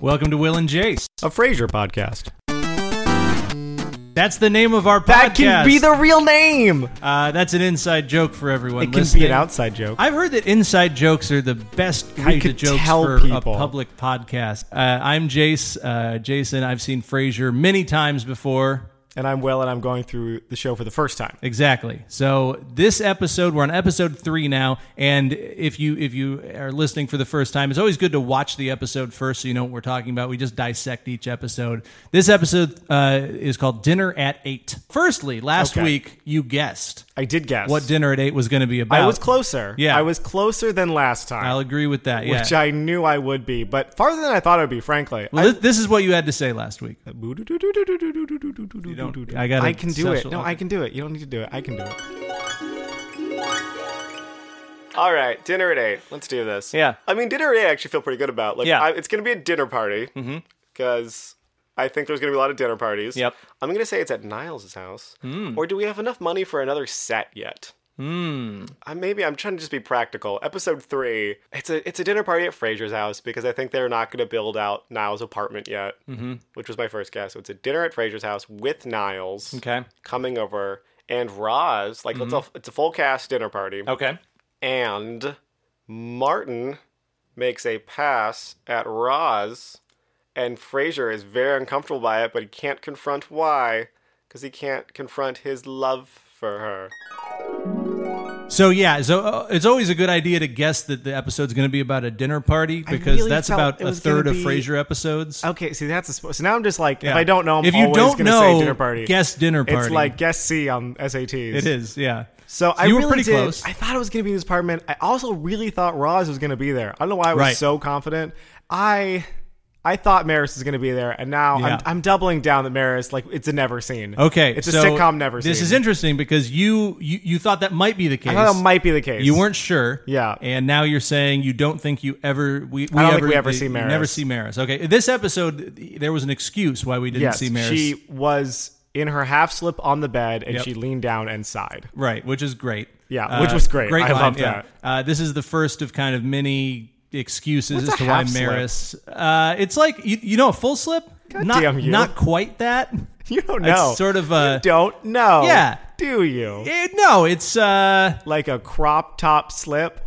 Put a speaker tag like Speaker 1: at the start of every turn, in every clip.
Speaker 1: Welcome to Will and Jace.
Speaker 2: a Frasier podcast.
Speaker 1: That's the name of our podcast.
Speaker 2: That can be the real name.
Speaker 1: Uh, that's an inside joke for everyone.
Speaker 2: It can
Speaker 1: listening.
Speaker 2: be an outside joke.
Speaker 1: I've heard that inside jokes are the best kind of
Speaker 2: could
Speaker 1: jokes
Speaker 2: tell
Speaker 1: for a
Speaker 2: people.
Speaker 1: public podcast. Uh, I'm Jace. Uh, Jason, I've seen Frasier many times before.
Speaker 2: and I'm well, and I'm going through the show for the first time.
Speaker 1: Exactly. So this episode, we're on episode three now, and if you if you are listening for the first time, it's always good to watch the episode first, so you know what we're talking about. We just dissect each episode. This episode uh, is called "Dinner at Eight. Firstly, last
Speaker 2: Okay.
Speaker 1: week you guessed
Speaker 2: I did guess
Speaker 1: what dinner at eight was going to be about.
Speaker 2: I was closer.
Speaker 1: Yeah.
Speaker 2: I was closer than last time,
Speaker 1: I'll agree with that. Yeah.
Speaker 2: which I knew I would be, but farther than I thought I would be. Frankly,
Speaker 1: well, this, this is what you had to say last week.
Speaker 2: I,
Speaker 1: don't- I gotta
Speaker 2: I can do it.
Speaker 1: social-
Speaker 2: No, I can do it. You don't need to do it. I can do it. All right, dinner at eight. Let's do this.
Speaker 1: Yeah.
Speaker 2: I mean, dinner at eight. I actually feel pretty good about. Like,
Speaker 1: Yeah.
Speaker 2: I, it's going to be a dinner party because I think there's going to be a lot of dinner parties.
Speaker 1: Yep.
Speaker 2: I'm going to say it's at Niles' house. Or do we have enough money for another set yet? I, maybe I'm trying to just be practical. Episode three, it's a it's a dinner party at Fraser's house because I think they're not going to build out Niles' apartment yet, mm-hmm. which was my first guess. So it's a dinner at Fraser's house with Niles
Speaker 1: Okay.
Speaker 2: coming over and Roz. Like it's a it's a full cast dinner party,
Speaker 1: Okay.
Speaker 2: and Martin makes a pass at Roz, and Fraser is very uncomfortable by it, but he can't confront why because he can't confront his love for her.
Speaker 1: So yeah, so uh, it's always a good idea to guess that the episode's going to be about a dinner party because
Speaker 2: really
Speaker 1: that's
Speaker 2: felt
Speaker 1: about
Speaker 2: it
Speaker 1: a
Speaker 2: was
Speaker 1: third
Speaker 2: gonna
Speaker 1: of
Speaker 2: be-
Speaker 1: Frasier episodes.
Speaker 2: Okay, see that's a spo- so now I'm just like if
Speaker 1: Yeah.
Speaker 2: I don't know, I'm
Speaker 1: if you
Speaker 2: always
Speaker 1: don't
Speaker 2: gonna
Speaker 1: know,
Speaker 2: say dinner party.
Speaker 1: guess dinner party.
Speaker 2: It's like guess C on SATs.
Speaker 1: it is. Yeah.
Speaker 2: So, I
Speaker 1: you
Speaker 2: really
Speaker 1: were pretty
Speaker 2: did-
Speaker 1: close.
Speaker 2: I thought it was gonna be this apartment. I also really thought Roz was gonna be there. I don't know why I was
Speaker 1: Right.
Speaker 2: so confident. I I thought Maris was gonna be there, and now
Speaker 1: Yeah.
Speaker 2: I'm, I'm doubling down that Maris like it's a never scene.
Speaker 1: okay.
Speaker 2: it's
Speaker 1: so
Speaker 2: a sitcom never
Speaker 1: This
Speaker 2: scene.
Speaker 1: is interesting because you, you you thought that might be the case.
Speaker 2: I thought that might be the case.
Speaker 1: you weren't sure.
Speaker 2: Yeah.
Speaker 1: And now you're saying you don't think you ever we, we
Speaker 2: I don't
Speaker 1: ever,
Speaker 2: think we ever
Speaker 1: you-
Speaker 2: see
Speaker 1: you
Speaker 2: Maris.
Speaker 1: Never see Maris. Okay. This episode there was an excuse why we didn't
Speaker 2: Yes,
Speaker 1: see Maris.
Speaker 2: she was in her half slip on the bed, and
Speaker 1: Yep.
Speaker 2: she leaned down and sighed.
Speaker 1: Right, which is great. Uh,
Speaker 2: Yeah, which was great. I
Speaker 1: line,
Speaker 2: loved
Speaker 1: yeah.
Speaker 2: that.
Speaker 1: Uh, this is the first of kind of many excuses
Speaker 2: What's
Speaker 1: as
Speaker 2: a
Speaker 1: to why
Speaker 2: half slip?
Speaker 1: Maris. Uh, it's like you, you know a full slip. not
Speaker 2: damn you.
Speaker 1: not quite that.
Speaker 2: You don't
Speaker 1: It's
Speaker 2: know.
Speaker 1: sort of a-
Speaker 2: you don't know.
Speaker 1: Yeah.
Speaker 2: do you?
Speaker 1: Eh, no, it's uh,
Speaker 2: like a crop top slip,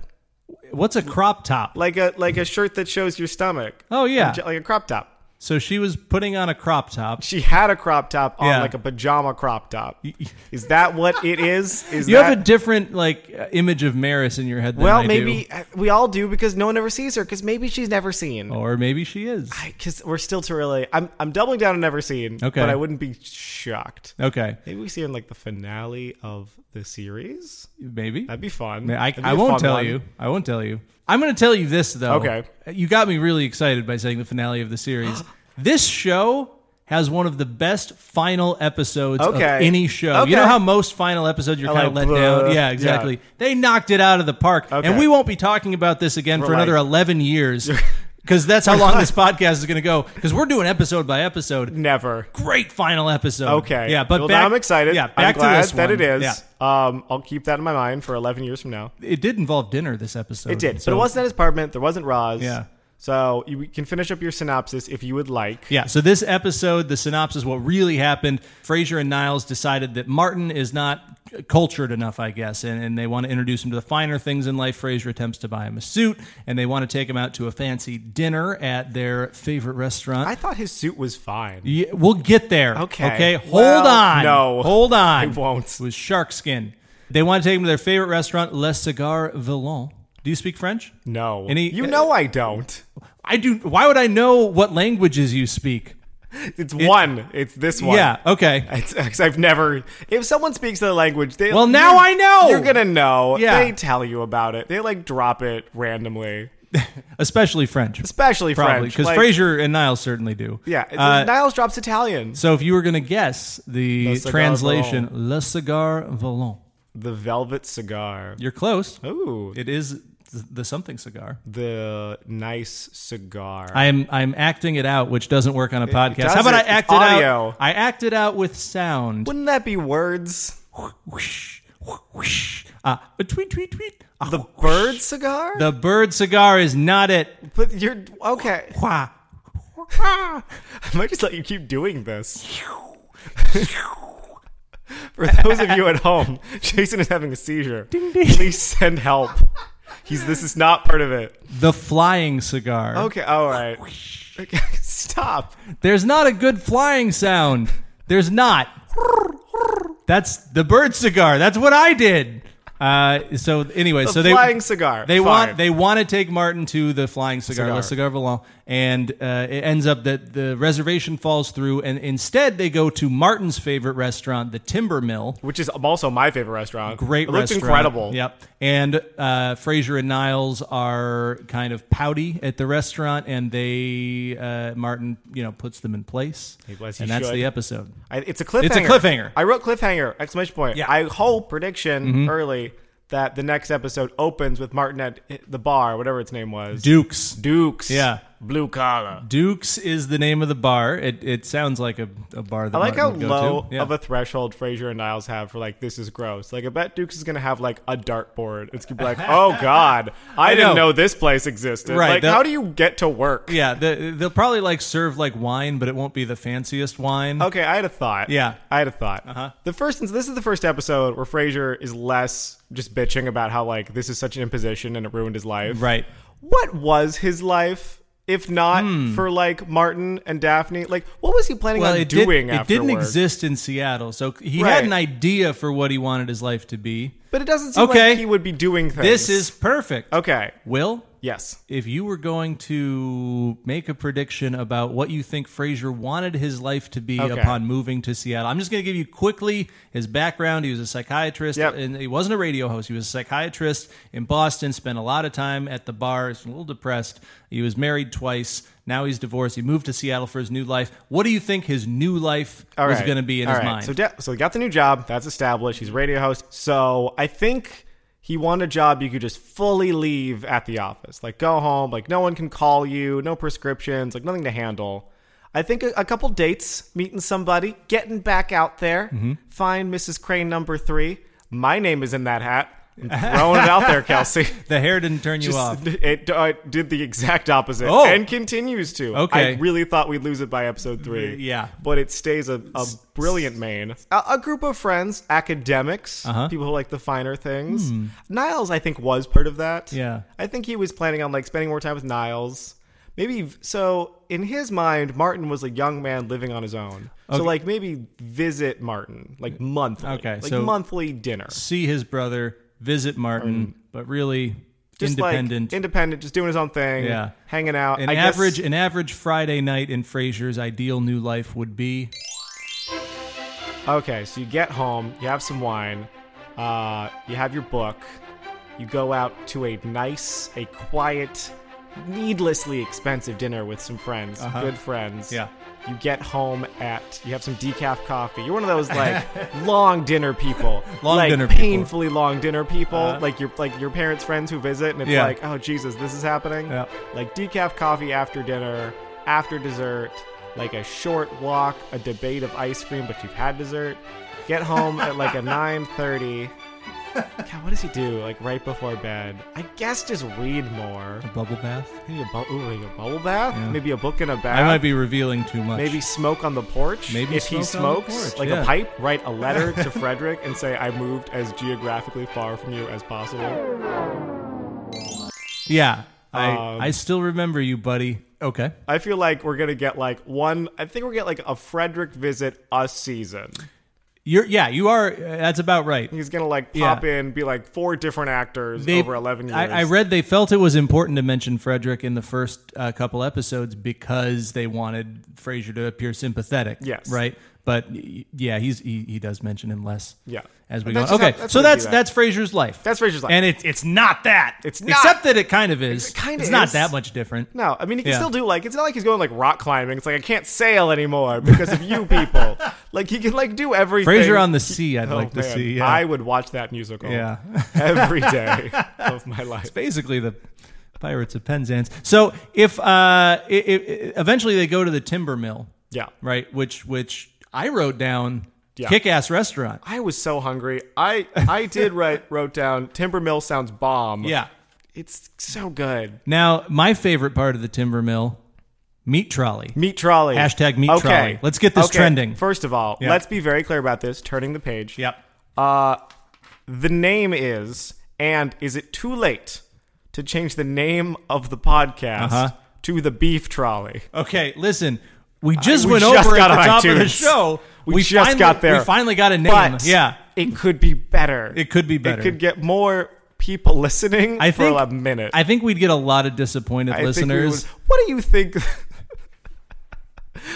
Speaker 1: what's a crop top?
Speaker 2: like a like a shirt that shows your stomach.
Speaker 1: Oh, yeah.
Speaker 2: J- like a crop top.
Speaker 1: So she was putting on a crop top.
Speaker 2: She had a crop top on,
Speaker 1: Yeah.
Speaker 2: like a pajama crop top. Is that what it is? Is
Speaker 1: You
Speaker 2: that,
Speaker 1: have a different like uh, image of Maris in your head. Than I
Speaker 2: well?
Speaker 1: do.
Speaker 2: Maybe uh, we all do because no one ever sees her. Because maybe she's never seen.
Speaker 1: or maybe she is.
Speaker 2: Because we're still too early. I'm I'm doubling down on never seen.
Speaker 1: Okay.
Speaker 2: but I wouldn't be shocked.
Speaker 1: Okay,
Speaker 2: Maybe we see her in like the finale of the series.
Speaker 1: maybe.
Speaker 2: That'd be fun.
Speaker 1: I,
Speaker 2: That'd be
Speaker 1: I
Speaker 2: a
Speaker 1: won't
Speaker 2: fun
Speaker 1: tell
Speaker 2: one.
Speaker 1: you. I won't tell you. I'm going to tell you this though.
Speaker 2: Okay.
Speaker 1: You got me really excited by saying the finale of the series. this show has one of the best final episodes
Speaker 2: Okay.
Speaker 1: of any show.
Speaker 2: Okay.
Speaker 1: You know how most final episodes you're kind of
Speaker 2: like,
Speaker 1: let
Speaker 2: "Bleh."
Speaker 1: down. Yeah, exactly.
Speaker 2: Yeah.
Speaker 1: They knocked it out of the park,
Speaker 2: Okay.
Speaker 1: and we won't be talking about this again for
Speaker 2: like-
Speaker 1: another 11 years. Because that's how long this podcast is going to go. Because we're doing episode by episode.
Speaker 2: Never.
Speaker 1: Great final episode.
Speaker 2: Okay.
Speaker 1: Yeah, but
Speaker 2: well,
Speaker 1: back,
Speaker 2: now I'm excited.
Speaker 1: Yeah,
Speaker 2: I'm
Speaker 1: back
Speaker 2: glad
Speaker 1: to this
Speaker 2: that
Speaker 1: one.
Speaker 2: it is.
Speaker 1: Yeah.
Speaker 2: Um, I'll keep that in my mind for 11 years from now.
Speaker 1: It did involve dinner this episode.
Speaker 2: It did,
Speaker 1: so-
Speaker 2: but it wasn't at his apartment. There wasn't Roz.
Speaker 1: Yeah.
Speaker 2: So you can finish up your synopsis if you would like.
Speaker 1: Yeah, so this episode, the synopsis, what really happened, Frasier and Niles decided that Martin is not cultured enough, I guess, and, and they want to introduce him to the finer things in life. Frasier attempts to buy him a suit, and they want to take him out to a fancy dinner at their favorite restaurant.
Speaker 2: I thought his suit was fine.
Speaker 1: Yeah, we'll get there.
Speaker 2: Okay.
Speaker 1: Okay, hold
Speaker 2: Well,
Speaker 1: on.
Speaker 2: no.
Speaker 1: Hold on.
Speaker 2: I won't.
Speaker 1: It was shark skin. They want to take him to their favorite restaurant, Le Cigar Villon. Do you speak French?
Speaker 2: No.
Speaker 1: And he-
Speaker 2: you know I don't.
Speaker 1: I do. Why would I know what languages you speak?
Speaker 2: It's one. It's this one.
Speaker 1: Yeah, okay.
Speaker 2: It's, 'cause I've never. If someone speaks their language, they
Speaker 1: Well, now
Speaker 2: you're-
Speaker 1: I know.
Speaker 2: You're gonna know.
Speaker 1: Yeah.
Speaker 2: They tell you about it. They like drop it randomly,
Speaker 1: Especially French.
Speaker 2: especially
Speaker 1: Probably
Speaker 2: French.
Speaker 1: because
Speaker 2: like-
Speaker 1: Frasier and Niles certainly do.
Speaker 2: Yeah. it's-
Speaker 1: Uh,
Speaker 2: Niles drops Italian.
Speaker 1: so if you were going to guess the
Speaker 2: Cigar
Speaker 1: translation, Le Cigar Volant,
Speaker 2: The velvet cigar.
Speaker 1: you're close.
Speaker 2: Ooh.
Speaker 1: It is th- the something cigar.
Speaker 2: the nice cigar.
Speaker 1: I'm I'm acting it out, which doesn't work on a podcast. How
Speaker 2: doesn't.
Speaker 1: about I
Speaker 2: It's
Speaker 1: act it out?
Speaker 2: audio.
Speaker 1: I act it out with sound.
Speaker 2: Wouldn't that be words?
Speaker 1: Whoosh, whoosh, uh, a tweet, tweet, tweet. Ah,
Speaker 2: The
Speaker 1: whoosh.
Speaker 2: bird cigar?
Speaker 1: The bird cigar is not it.
Speaker 2: but you're okay.
Speaker 1: Wha-
Speaker 2: I might just let you keep doing this. For those of you at home, Jason is having a seizure. Please send help. He's this is not part of it.
Speaker 1: The flying cigar.
Speaker 2: Okay, all right. Okay, Stop.
Speaker 1: There's not a good flying sound. There's not. That's the bird cigar. That's what I did. Uh, so anyway, so they
Speaker 2: flying cigar.
Speaker 1: They
Speaker 2: Fine.
Speaker 1: want they want to take Martin to the flying cigar,
Speaker 2: Cigar.
Speaker 1: La Cigar Volant, and uh, it ends up that the reservation falls through, and instead they go to Martin's favorite restaurant, the Timber Mill.
Speaker 2: which is also my favorite restaurant.
Speaker 1: Great
Speaker 2: it
Speaker 1: restaurant.
Speaker 2: looks incredible.
Speaker 1: Yep. And uh, Fraser and Niles are kind of pouty at the restaurant, and they uh, Martin you know puts them in place,
Speaker 2: Yes, he
Speaker 1: and that's
Speaker 2: should.
Speaker 1: the episode.
Speaker 2: I, it's a cliffhanger.
Speaker 1: It's a cliffhanger.
Speaker 2: I wrote cliffhanger exclamation point.
Speaker 1: Yeah. Mm-hmm.
Speaker 2: I whole prediction early that the next episode opens with Martin at the bar, whatever its name was.
Speaker 1: Dukes.
Speaker 2: Dukes.
Speaker 1: Yeah.
Speaker 2: Blue collar.
Speaker 1: Dukes is the name of the bar. It it sounds like a, a bar that
Speaker 2: I like how
Speaker 1: Martin would go
Speaker 2: low
Speaker 1: to. Yeah.
Speaker 2: of a threshold Frasier and Niles have for like this is gross. Like I bet Dukes is gonna have like a dartboard. It's gonna be like, oh god, I,
Speaker 1: I
Speaker 2: didn't
Speaker 1: know.
Speaker 2: know this place existed.
Speaker 1: Right,
Speaker 2: Like
Speaker 1: the-
Speaker 2: how do you get to work?
Speaker 1: Yeah, the, they'll probably like serve like wine, but it won't be the fanciest wine.
Speaker 2: Okay, I had a thought.
Speaker 1: Yeah.
Speaker 2: I had a thought. Uh-huh. The first, this is the first episode where Frasier is less just bitching about how like this is such an imposition and it ruined his life.
Speaker 1: Right.
Speaker 2: What was his life if not for like Martin and Daphne? Like, what was he planning
Speaker 1: Hmm. Well,
Speaker 2: on
Speaker 1: it, did,
Speaker 2: doing?
Speaker 1: it
Speaker 2: after
Speaker 1: didn't
Speaker 2: work?
Speaker 1: exist in Seattle, so he
Speaker 2: Right.
Speaker 1: had an idea for what he wanted his life to be.
Speaker 2: but it doesn't seem
Speaker 1: Okay.
Speaker 2: like he would be doing things.
Speaker 1: This is perfect.
Speaker 2: okay.
Speaker 1: Will,
Speaker 2: Yes.
Speaker 1: if you were going to make a prediction about what you think Frazier wanted his life to be
Speaker 2: Okay.
Speaker 1: upon moving to Seattle, I'm just going to give you quickly his background. He was a psychiatrist,
Speaker 2: Yep.
Speaker 1: and he wasn't a radio host. He was a psychiatrist in Boston. Spent a lot of time at the bar. He's a little depressed. He was married twice. Now he's divorced. He moved to Seattle for his new life. What do you think his new life
Speaker 2: All
Speaker 1: was
Speaker 2: right.
Speaker 1: going to be in
Speaker 2: All
Speaker 1: his
Speaker 2: right.
Speaker 1: mind?
Speaker 2: So, de- so he got the new job. That's established. He's a radio host. So I think he wanted a job you could just fully leave at the office, like go home, like no one can call you, no prescriptions, like nothing to handle. I think a, a couple dates, meeting somebody, getting back out there,
Speaker 1: Mm-hmm.
Speaker 2: find Mrs. Crane number three. My name is in that hat. I'm throwing it out there, Kelsey.
Speaker 1: the hair didn't turn you off.
Speaker 2: It, uh, did the exact opposite
Speaker 1: Oh.
Speaker 2: and continues to.
Speaker 1: Okay.
Speaker 2: I really thought we'd lose it by episode three.
Speaker 1: yeah.
Speaker 2: But it stays a, a brilliant main. Uh-huh. A, a group of friends, academics, people who like the finer things. Niles, I think, was part of that.
Speaker 1: Yeah.
Speaker 2: I think he was planning on like spending more time with Niles. Maybe so. In his mind, Martin was a young man living on his own. So like maybe visit Martin like monthly.
Speaker 1: Okay,
Speaker 2: like
Speaker 1: so-
Speaker 2: monthly dinner.
Speaker 1: See his brother, visit Martin, but really
Speaker 2: Mm. Just
Speaker 1: independent.
Speaker 2: like independent, just doing his own thing.
Speaker 1: Yeah.
Speaker 2: hanging out.
Speaker 1: An
Speaker 2: I guess-
Speaker 1: average an average Friday night in Frasier's ideal new life would be
Speaker 2: Okay, so you get home, you have some wine, uh, you have your book, you go out to a nice, a quiet, needlessly expensive dinner with some friends, some good friends.
Speaker 1: Uh-huh. Yeah.
Speaker 2: You get home at you have some decaf coffee. You're one of those like long dinner people,
Speaker 1: Long
Speaker 2: like
Speaker 1: dinner people. Uh-huh.
Speaker 2: painfully long dinner people, like your like your parents' friends who visit, and it's
Speaker 1: Yeah.
Speaker 2: like, oh Jesus, this is happening.
Speaker 1: Yeah.
Speaker 2: Like decaf coffee after dinner, after dessert, like a short walk, a debate of ice cream, but you've had dessert. Get home at like a 9:30. God, what does he do? Like right before bed? I guess just read more.
Speaker 1: bubble bath.
Speaker 2: Maybe a, bu- ooh, like a bubble bath. Maybe a book in a
Speaker 1: I might
Speaker 2: bath.
Speaker 1: be revealing too much.
Speaker 2: Maybe smoke on the porch.
Speaker 1: Maybe
Speaker 2: if he
Speaker 1: smoke on the
Speaker 2: smokes,
Speaker 1: porch,
Speaker 2: like
Speaker 1: yeah.
Speaker 2: a pipe, write a letter to Frederick and say, "I moved as geographically far from you as possible."
Speaker 1: Yeah. I
Speaker 2: Um,
Speaker 1: I still remember you, buddy. Okay.
Speaker 2: I feel like we're gonna get like one. I think we're gonna get like a Frederick visit a season.
Speaker 1: You're yeah, you are uh, that's about right.
Speaker 2: He's gonna like
Speaker 1: Yeah.
Speaker 2: pop in, be like four different actors
Speaker 1: They-
Speaker 2: over eleven years.
Speaker 1: I, I read they felt it was important to mention Frederick in the first uh, couple episodes because they wanted Frasier to appear sympathetic.
Speaker 2: Yes.
Speaker 1: Right. But y- yeah, he's he, he does mention him less.
Speaker 2: Yeah.
Speaker 1: As we
Speaker 2: And
Speaker 1: go.
Speaker 2: that's
Speaker 1: on.
Speaker 2: just
Speaker 1: Okay.
Speaker 2: how- that's
Speaker 1: so
Speaker 2: how they
Speaker 1: that's
Speaker 2: do that.
Speaker 1: that's Frasier's life.
Speaker 2: That's Frasier's life.
Speaker 1: And it's it's not that.
Speaker 2: It's
Speaker 1: except
Speaker 2: not.
Speaker 1: that it kind of is.
Speaker 2: It kinda
Speaker 1: it's not
Speaker 2: is.
Speaker 1: that much different.
Speaker 2: No, I mean he can
Speaker 1: Yeah.
Speaker 2: still do like it's not like he's going like rock climbing. It's like I can't sail anymore because of you people. like he can like do everything.
Speaker 1: Frasier on the sea. I'd
Speaker 2: Oh,
Speaker 1: like to
Speaker 2: man.
Speaker 1: see. Yeah.
Speaker 2: I would watch that musical.
Speaker 1: Yeah.
Speaker 2: every day of my life.
Speaker 1: basically the pirates of Penzance. So if uh, i i eventually they go to the timber mill,
Speaker 2: Yeah,
Speaker 1: right? Which which I wrote down.
Speaker 2: Yeah.
Speaker 1: Kick ass restaurant.
Speaker 2: I was so hungry. I I did write wrote down timber mill sounds bomb.
Speaker 1: Yeah.
Speaker 2: it's so good.
Speaker 1: Now my favorite part of the timber mill Meat trolley.
Speaker 2: Meat trolley.
Speaker 1: Hashtag meat
Speaker 2: okay.
Speaker 1: trolley. Let's get this
Speaker 2: Okay.
Speaker 1: trending.
Speaker 2: First of all,
Speaker 1: Yeah.
Speaker 2: let's be very clear about this. Turning the page.
Speaker 1: Yep.
Speaker 2: Uh, the name is, and is it too late to change the name of the podcast
Speaker 1: Uh-huh.
Speaker 2: to the Beef Trolley?
Speaker 1: Okay, listen. We just
Speaker 2: We
Speaker 1: went
Speaker 2: just
Speaker 1: over at
Speaker 2: got
Speaker 1: the
Speaker 2: on
Speaker 1: top of the
Speaker 2: iTunes.
Speaker 1: show.
Speaker 2: We just
Speaker 1: finally-
Speaker 2: got there.
Speaker 1: We finally got a name.
Speaker 2: But
Speaker 1: yeah.
Speaker 2: it could be better.
Speaker 1: It could be better.
Speaker 2: It could get more people listening
Speaker 1: I think
Speaker 2: for a minute.
Speaker 1: I think we'd get a lot of disappointed
Speaker 2: I think we
Speaker 1: listeners.
Speaker 2: would- what do you think?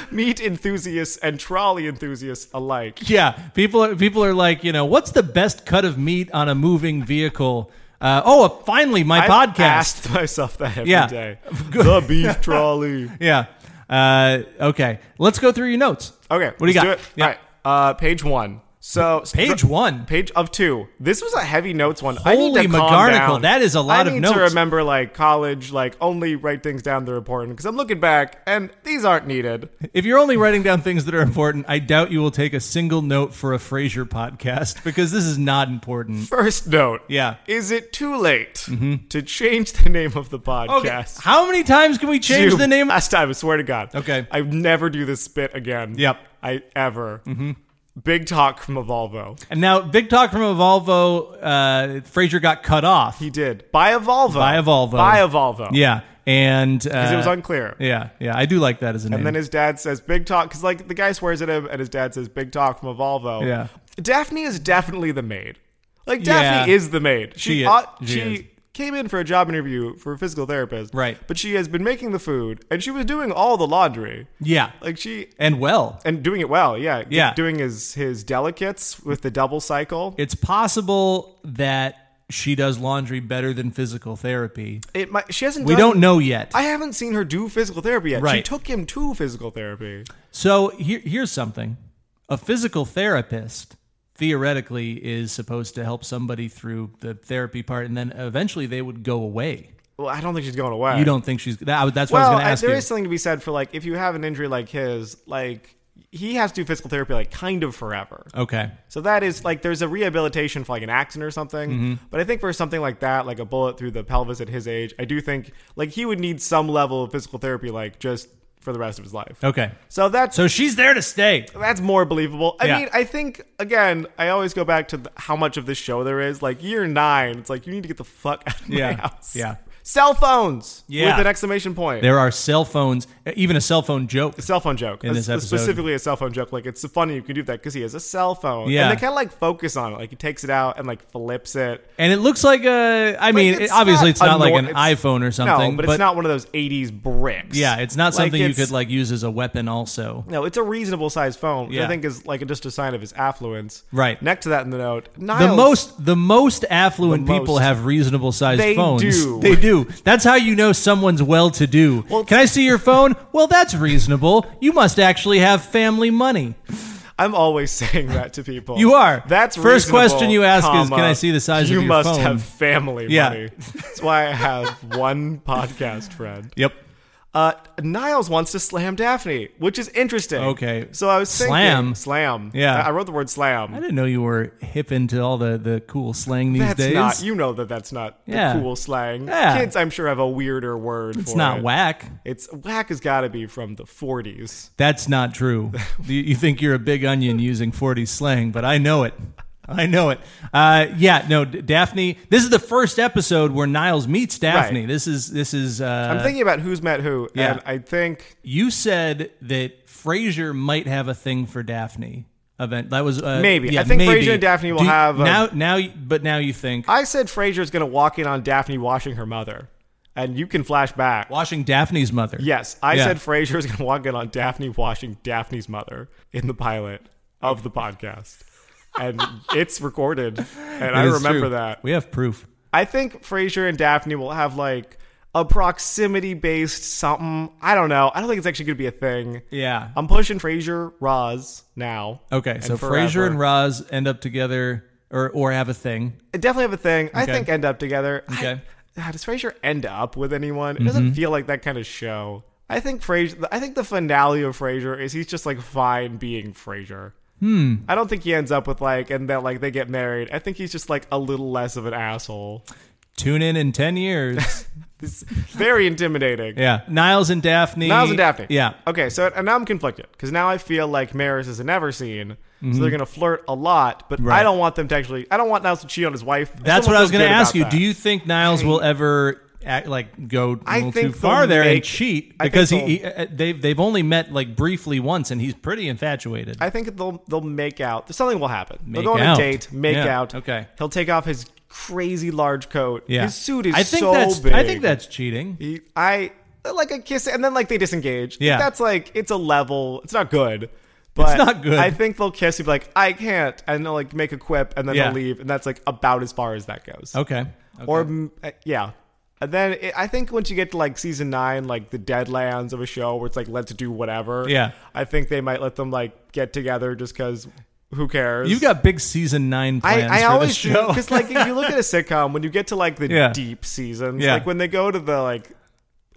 Speaker 2: Meat enthusiasts and trolley enthusiasts alike.
Speaker 1: yeah, people are people are like, you know, what's the best cut of meat on a moving vehicle? Uh, oh, finally, my
Speaker 2: I've
Speaker 1: podcast.
Speaker 2: asked myself that every day.
Speaker 1: Yeah.
Speaker 2: The beef trolley.
Speaker 1: Yeah. Uh, okay, let's go through your notes.
Speaker 2: Okay,
Speaker 1: what do you
Speaker 2: let's
Speaker 1: got?
Speaker 2: it.
Speaker 1: Yeah.
Speaker 2: All right, uh, page one. So
Speaker 1: Page
Speaker 2: str-
Speaker 1: one.
Speaker 2: page of two. This was a heavy notes one. I need
Speaker 1: Holy
Speaker 2: to calm
Speaker 1: McGarnacle,
Speaker 2: down.
Speaker 1: that is a lot
Speaker 2: I
Speaker 1: of
Speaker 2: need
Speaker 1: notes.
Speaker 2: to remember like college, like only write things down that are important because I'm looking back and these aren't needed.
Speaker 1: If you're only writing down things that are important, I doubt you will take a single note for a Frasier podcast because this is not important.
Speaker 2: First note.
Speaker 1: Yeah. Mm-hmm.
Speaker 2: Is it too late to change the name of the
Speaker 1: Okay.
Speaker 2: podcast?
Speaker 1: How many times can we change
Speaker 2: Dude,
Speaker 1: the name?
Speaker 2: Last time, I swear to God.
Speaker 1: Okay.
Speaker 2: I never do this spit again.
Speaker 1: Yep.
Speaker 2: I ever. Mm-hmm. Big talk from Evolvo.
Speaker 1: And now, big talk from a Volvo. Uh, Frasier got cut off
Speaker 2: He did. Buy a Volvo.
Speaker 1: by a Volvo.
Speaker 2: Buy a Volvo.
Speaker 1: Yeah, and uh,
Speaker 2: it was unclear.
Speaker 1: Yeah, yeah, I do like that as a name.
Speaker 2: And then his dad says, big talk. Because, like, the guy swears at him, and his dad says, big talk from a Volvo.
Speaker 1: Yeah.
Speaker 2: Daphne is definitely the maid. Like, Daphne
Speaker 1: Yeah.
Speaker 2: is the maid. She,
Speaker 1: She is.
Speaker 2: ought-
Speaker 1: She
Speaker 2: she,
Speaker 1: is.
Speaker 2: came in for a job interview for a physical therapist.
Speaker 1: Right.
Speaker 2: But she has been making the food, and she was doing all the laundry.
Speaker 1: yeah,
Speaker 2: Like, she
Speaker 1: and well,
Speaker 2: and doing it well. Yeah,
Speaker 1: Yeah.
Speaker 2: Doing his his delicates with the double cycle.
Speaker 1: it's possible that she does laundry better than physical therapy.
Speaker 2: It might. She hasn't.
Speaker 1: We
Speaker 2: done-
Speaker 1: don't know yet.
Speaker 2: I haven't seen her do physical therapy yet. She
Speaker 1: Right.
Speaker 2: took him to physical therapy.
Speaker 1: So here, here's something: a physical therapist theoretically is supposed to help somebody through the therapy part, and then eventually they would go away.
Speaker 2: Well, I don't think she's going away.
Speaker 1: You don't think she's that? I- That's what I
Speaker 2: Well,
Speaker 1: was going to
Speaker 2: I-
Speaker 1: ask
Speaker 2: there
Speaker 1: you.
Speaker 2: is something to be said for like if you have an injury like his, like he has to do physical therapy like kind of forever.
Speaker 1: okay.
Speaker 2: So that is like there's a rehabilitation for like an accident or something.
Speaker 1: Mm-hmm.
Speaker 2: But I think for something like that, like a bullet through the pelvis at his age, I do think like he would need some level of physical therapy, like just for the rest of his life.
Speaker 1: Okay.
Speaker 2: So that's
Speaker 1: So she's there to stay.
Speaker 2: That's more believable. I
Speaker 1: Yeah.
Speaker 2: mean, I think again, I always go back to the, how much of this show there is. Like year nine, it's like you need to get the fuck out of
Speaker 1: Yeah.
Speaker 2: my house.
Speaker 1: Yeah.
Speaker 2: Cell phones.
Speaker 1: Yeah.
Speaker 2: With an exclamation point.
Speaker 1: There are cell phones, even a cell phone joke.
Speaker 2: a cell phone joke.
Speaker 1: In
Speaker 2: A-
Speaker 1: this episode.
Speaker 2: specifically a cell phone joke. Like it's funny you can do that because he has a cell phone.
Speaker 1: Yeah.
Speaker 2: And they kind of like focus on it. Like he takes it out and like flips it.
Speaker 1: And it looks like a. I mean,
Speaker 2: Like,
Speaker 1: it, obviously, it's
Speaker 2: a
Speaker 1: not like
Speaker 2: nor-
Speaker 1: an
Speaker 2: it's-
Speaker 1: iPhone or something.
Speaker 2: No, but, it's not one of those '80s bricks.
Speaker 1: Yeah, it's not something you
Speaker 2: it's-
Speaker 1: could like use as a weapon. Also,
Speaker 2: No, it's a reasonable sized phone, which I
Speaker 1: Yeah.
Speaker 2: think is like just a sign of his affluence.
Speaker 1: Right.
Speaker 2: Next to that in the note,
Speaker 1: the
Speaker 2: Niles-
Speaker 1: most the most affluent
Speaker 2: The most.
Speaker 1: people have reasonable sized
Speaker 2: They
Speaker 1: phones.
Speaker 2: do.
Speaker 1: They do. That's how you know someone's well to do.
Speaker 2: Well,
Speaker 1: Can I see your phone? Well, that's reasonable. You must actually have family money.
Speaker 2: I'm always saying that to people.
Speaker 1: You are.
Speaker 2: That's
Speaker 1: First
Speaker 2: reasonable,
Speaker 1: question you ask is,
Speaker 2: comma,
Speaker 1: "Can I see the size of
Speaker 2: you
Speaker 1: your
Speaker 2: must
Speaker 1: phone?"
Speaker 2: have family
Speaker 1: Yeah.
Speaker 2: money. That's why I have one podcast friend.
Speaker 1: Yep.
Speaker 2: Uh, Niles wants to slam Daphne, which is interesting.
Speaker 1: Okay.
Speaker 2: So I was thinking,
Speaker 1: Slam.
Speaker 2: slam.
Speaker 1: Yeah.
Speaker 2: I I wrote the
Speaker 1: I
Speaker 2: word slam.
Speaker 1: didn't know you were hip into all the the cool slang these
Speaker 2: That's
Speaker 1: days.
Speaker 2: not. You know that that's not
Speaker 1: Yeah.
Speaker 2: the cool slang.
Speaker 1: Yeah.
Speaker 2: Kids, I'm sure have a weirder word.
Speaker 1: it's not whack.
Speaker 2: It's whack has got to be from the 40s.
Speaker 1: That's not true. you, you think you're a big onion using 40 slang, but I know it. I know it. Uh, yeah, no, D- Daphne. This is the first episode where Niles meets Daphne.
Speaker 2: Right.
Speaker 1: This is this is.
Speaker 2: I'm
Speaker 1: Uh,
Speaker 2: thinking about who's met who,
Speaker 1: yeah.
Speaker 2: and I think
Speaker 1: you said that Frasier might have a thing for Daphne. Event that was uh,
Speaker 2: Maybe.
Speaker 1: Yeah,
Speaker 2: I think
Speaker 1: maybe.
Speaker 2: Frasier and Daphne will
Speaker 1: Do you-
Speaker 2: have a-
Speaker 1: now. Now, you- but now you think
Speaker 2: I said Frasier's going to walk in on Daphne washing her mother, and you can flash back.
Speaker 1: washing Daphne's mother.
Speaker 2: Yes, I
Speaker 1: Yeah.
Speaker 2: said Frasier's going to walk in on Daphne washing Daphne's mother in the pilot of the podcast. And it's recorded, and I
Speaker 1: It is
Speaker 2: remember
Speaker 1: true.
Speaker 2: that.
Speaker 1: We have proof.
Speaker 2: I think Frasier and Daphne will have like a proximity based something. I don't know. I don't think it's actually going to be a thing.
Speaker 1: Yeah.
Speaker 2: I'm pushing Frasier, Roz now.
Speaker 1: Um, Okay,
Speaker 2: and
Speaker 1: so
Speaker 2: forever.
Speaker 1: Frasier and Roz end up together, or or have a thing.
Speaker 2: I definitely have a thing. I
Speaker 1: Okay.
Speaker 2: think end up together. I-
Speaker 1: Okay. Mm-hmm.
Speaker 2: Ah, does Frasier end up with anyone? It doesn't feel like that kind of show. I think Frasier. I think the finale of Frasier is he's just like fine being Frasier. Hmm. I don't think he ends up with like, and that like they get married. I think he's just like a little less of an asshole.
Speaker 1: Tune in in ten years.
Speaker 2: It's very intimidating.
Speaker 1: Yeah, Niles and Daphne.
Speaker 2: Niles and Daphne.
Speaker 1: Yeah,
Speaker 2: Okay, so and now I'm conflicted because now I feel like Maris is a never seen, so they're gonna flirt a lot, but
Speaker 1: Mm-hmm. Right.
Speaker 2: I don't want them to actually. I don't want Niles to cheat on his wife. I
Speaker 1: that's
Speaker 2: still
Speaker 1: what I
Speaker 2: don't
Speaker 1: was
Speaker 2: feel
Speaker 1: going to
Speaker 2: good
Speaker 1: ask
Speaker 2: about
Speaker 1: you.
Speaker 2: that.
Speaker 1: Do you think Niles will ever? Act, like go a
Speaker 2: I
Speaker 1: little too
Speaker 2: think
Speaker 1: far
Speaker 2: they'll
Speaker 1: there and
Speaker 2: make-
Speaker 1: cheat
Speaker 2: I think
Speaker 1: because he,
Speaker 2: they'll-
Speaker 1: he uh, they've they've only met like briefly once and he's pretty infatuated.
Speaker 2: I think they'll they'll make out. Something will happen. they'll
Speaker 1: Make
Speaker 2: go on
Speaker 1: out.
Speaker 2: a date, make
Speaker 1: Yeah,
Speaker 2: out.
Speaker 1: okay.
Speaker 2: He'll take off his crazy large coat.
Speaker 1: yeah,
Speaker 2: His suit is
Speaker 1: I think
Speaker 2: so
Speaker 1: that's
Speaker 2: big.
Speaker 1: I think that's cheating.
Speaker 2: He- I like a kiss, and then like they disengage.
Speaker 1: Yeah.
Speaker 2: that's like it's a level. It's not good. But
Speaker 1: not good.
Speaker 2: I think they'll kiss. He'll be like, I can't, and they'll like make a quip, and then
Speaker 1: Yeah.
Speaker 2: they'll leave, and that's like about as far as that goes.
Speaker 1: Okay.
Speaker 2: Or mm, uh, yeah. And then it, I think once you get to like season nine, like the deadlands of a show where it's like let's do whatever.
Speaker 1: Yeah.
Speaker 2: I think they might let them like get together just because who cares?
Speaker 1: You've got big season nine
Speaker 2: I,
Speaker 1: plans
Speaker 2: I
Speaker 1: for
Speaker 2: always
Speaker 1: this show.
Speaker 2: because like if you look at a sitcom when you get to like the
Speaker 1: Yeah.
Speaker 2: deep seasons,
Speaker 1: Yeah.
Speaker 2: like when they go to the like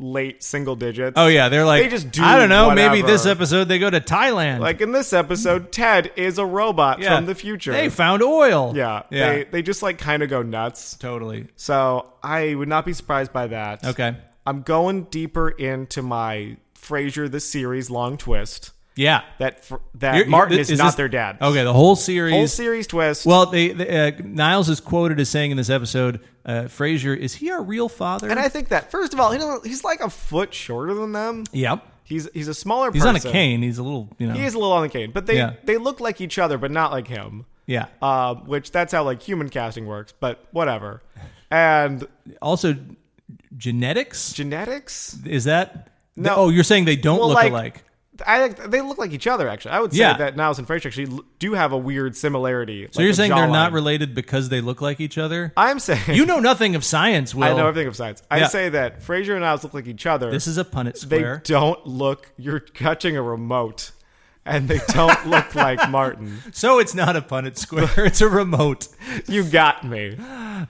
Speaker 2: late single digits.
Speaker 1: oh yeah, they're like
Speaker 2: They just do
Speaker 1: I don't know. Maybe this
Speaker 2: whatever.
Speaker 1: episode they go to Thailand.
Speaker 2: Like in this episode, Ted is a robot
Speaker 1: Yeah.
Speaker 2: from the future.
Speaker 1: They found oil.
Speaker 2: yeah,
Speaker 1: yeah,
Speaker 2: They, they just like kind of go nuts.
Speaker 1: totally.
Speaker 2: So I would not be surprised by that.
Speaker 1: Okay.
Speaker 2: I'm going deeper into my Frasier the series long twist
Speaker 1: Yeah.
Speaker 2: that fr- that
Speaker 1: You're-
Speaker 2: Uh, Martin
Speaker 1: you're-
Speaker 2: is, not
Speaker 1: this-
Speaker 2: their dad.
Speaker 1: Okay, the whole series.
Speaker 2: whole series twist.
Speaker 1: well, they, they, uh, Niles is quoted as saying in this episode, uh, "Frasier, is he our real father?"
Speaker 2: and I think that first of all, he doesn't, he's like a foot shorter than them.
Speaker 1: yep,
Speaker 2: He's he's a smaller.
Speaker 1: he's on
Speaker 2: person.
Speaker 1: a cane. He's a little, you know,
Speaker 2: He is a little on the cane, but they
Speaker 1: Yeah.
Speaker 2: they look like each other, but not like him.
Speaker 1: yeah.
Speaker 2: Uh, which that's how like human casting works, but whatever. And
Speaker 1: also, genetics
Speaker 2: genetics,
Speaker 1: is that?
Speaker 2: No.
Speaker 1: Oh, you're saying they don't
Speaker 2: Well,
Speaker 1: look
Speaker 2: like-
Speaker 1: alike.
Speaker 2: I think they look like each other. Actually, I would say
Speaker 1: Yeah.
Speaker 2: that Niles and Fraser actually l- do have a weird similarity.
Speaker 1: So you're saying they're not related because they look like each other?
Speaker 2: I'm saying
Speaker 1: you know nothing of science, Will.
Speaker 2: I know everything of science. I
Speaker 1: Yeah.
Speaker 2: say that Frasier and Oz look like each other.
Speaker 1: This is a Punnett
Speaker 2: they
Speaker 1: square.
Speaker 2: don't look. You're catching a remote, and they don't look like Martin.
Speaker 1: so it's not a Punnett square. it's a remote.
Speaker 2: You got me.